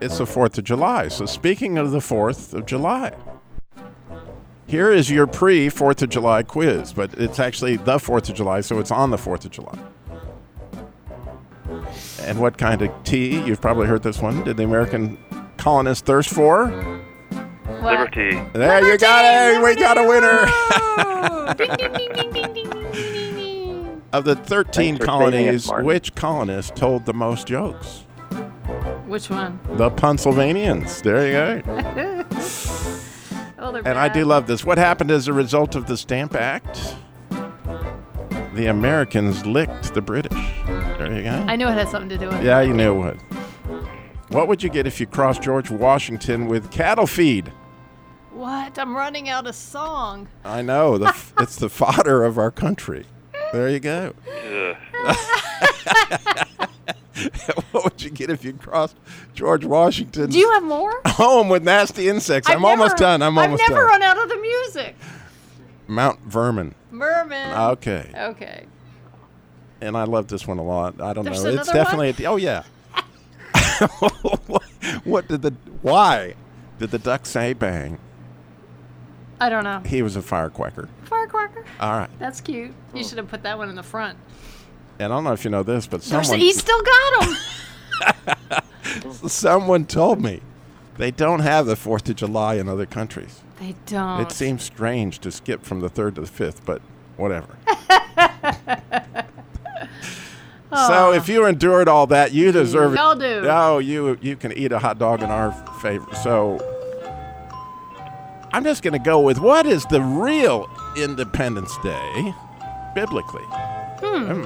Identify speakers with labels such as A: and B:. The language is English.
A: It's the 4th of July. So, speaking of the 4th of July, here is your pre 4th of July quiz, but it's actually the 4th of July, so it's on the 4th of July. And what kind of tea? You've probably heard this one. Did the American colonists thirst for?
B: What?
C: Liberty.
A: There you got it. We got a winner. Of the 13
C: Thanks for saving us,
A: colonies,
C: Martin.
A: which colonist told the most jokes?
B: Which one?
A: The Pennsylvanians. There you go.
B: Oh, they're
A: And I
B: bad.
A: do love this. What happened as a result of the Stamp Act? The Americans licked the British. There you go.
B: I knew it had something to do with.
A: Yeah, you knew it would. What would you get if you crossed George Washington with cattle feed?
B: What? I'm running out of song.
A: I know. The, f- it's the fodder of our country. There you go.
C: Ugh.
A: what would you get if you crossed George Washington
B: Do you have more?
A: home with nasty insects? I'm
B: I've
A: almost
B: never-
A: done. I'm almost
B: I've never
A: done.
B: run out of the music.
A: Mount Vermin.
B: Merman.
A: Okay.
B: okay.
A: and I love this one a lot. I don't
B: There's
A: know. It's
B: another one?
A: definitely at the, oh yeah. what did the why did the duck say bang?
B: I don't know.
A: He was a fire quacker.
B: Firecracker.
A: All right,
B: That's cute. You should have put that one in the front.
A: and I don't know if you know this, but
B: There's-
A: someone
B: He still got them.
A: someone told me they don't have the Fourth of July in other countries.
B: they don't.
A: It seems strange to skip from the third to the fifth, but whatever. so if you endured all that, you deserve it.
B: Y'all do.
A: No, you you can eat a hot dog in our favor. So I'm just gonna go with what is the real Independence Day biblically? Hmm.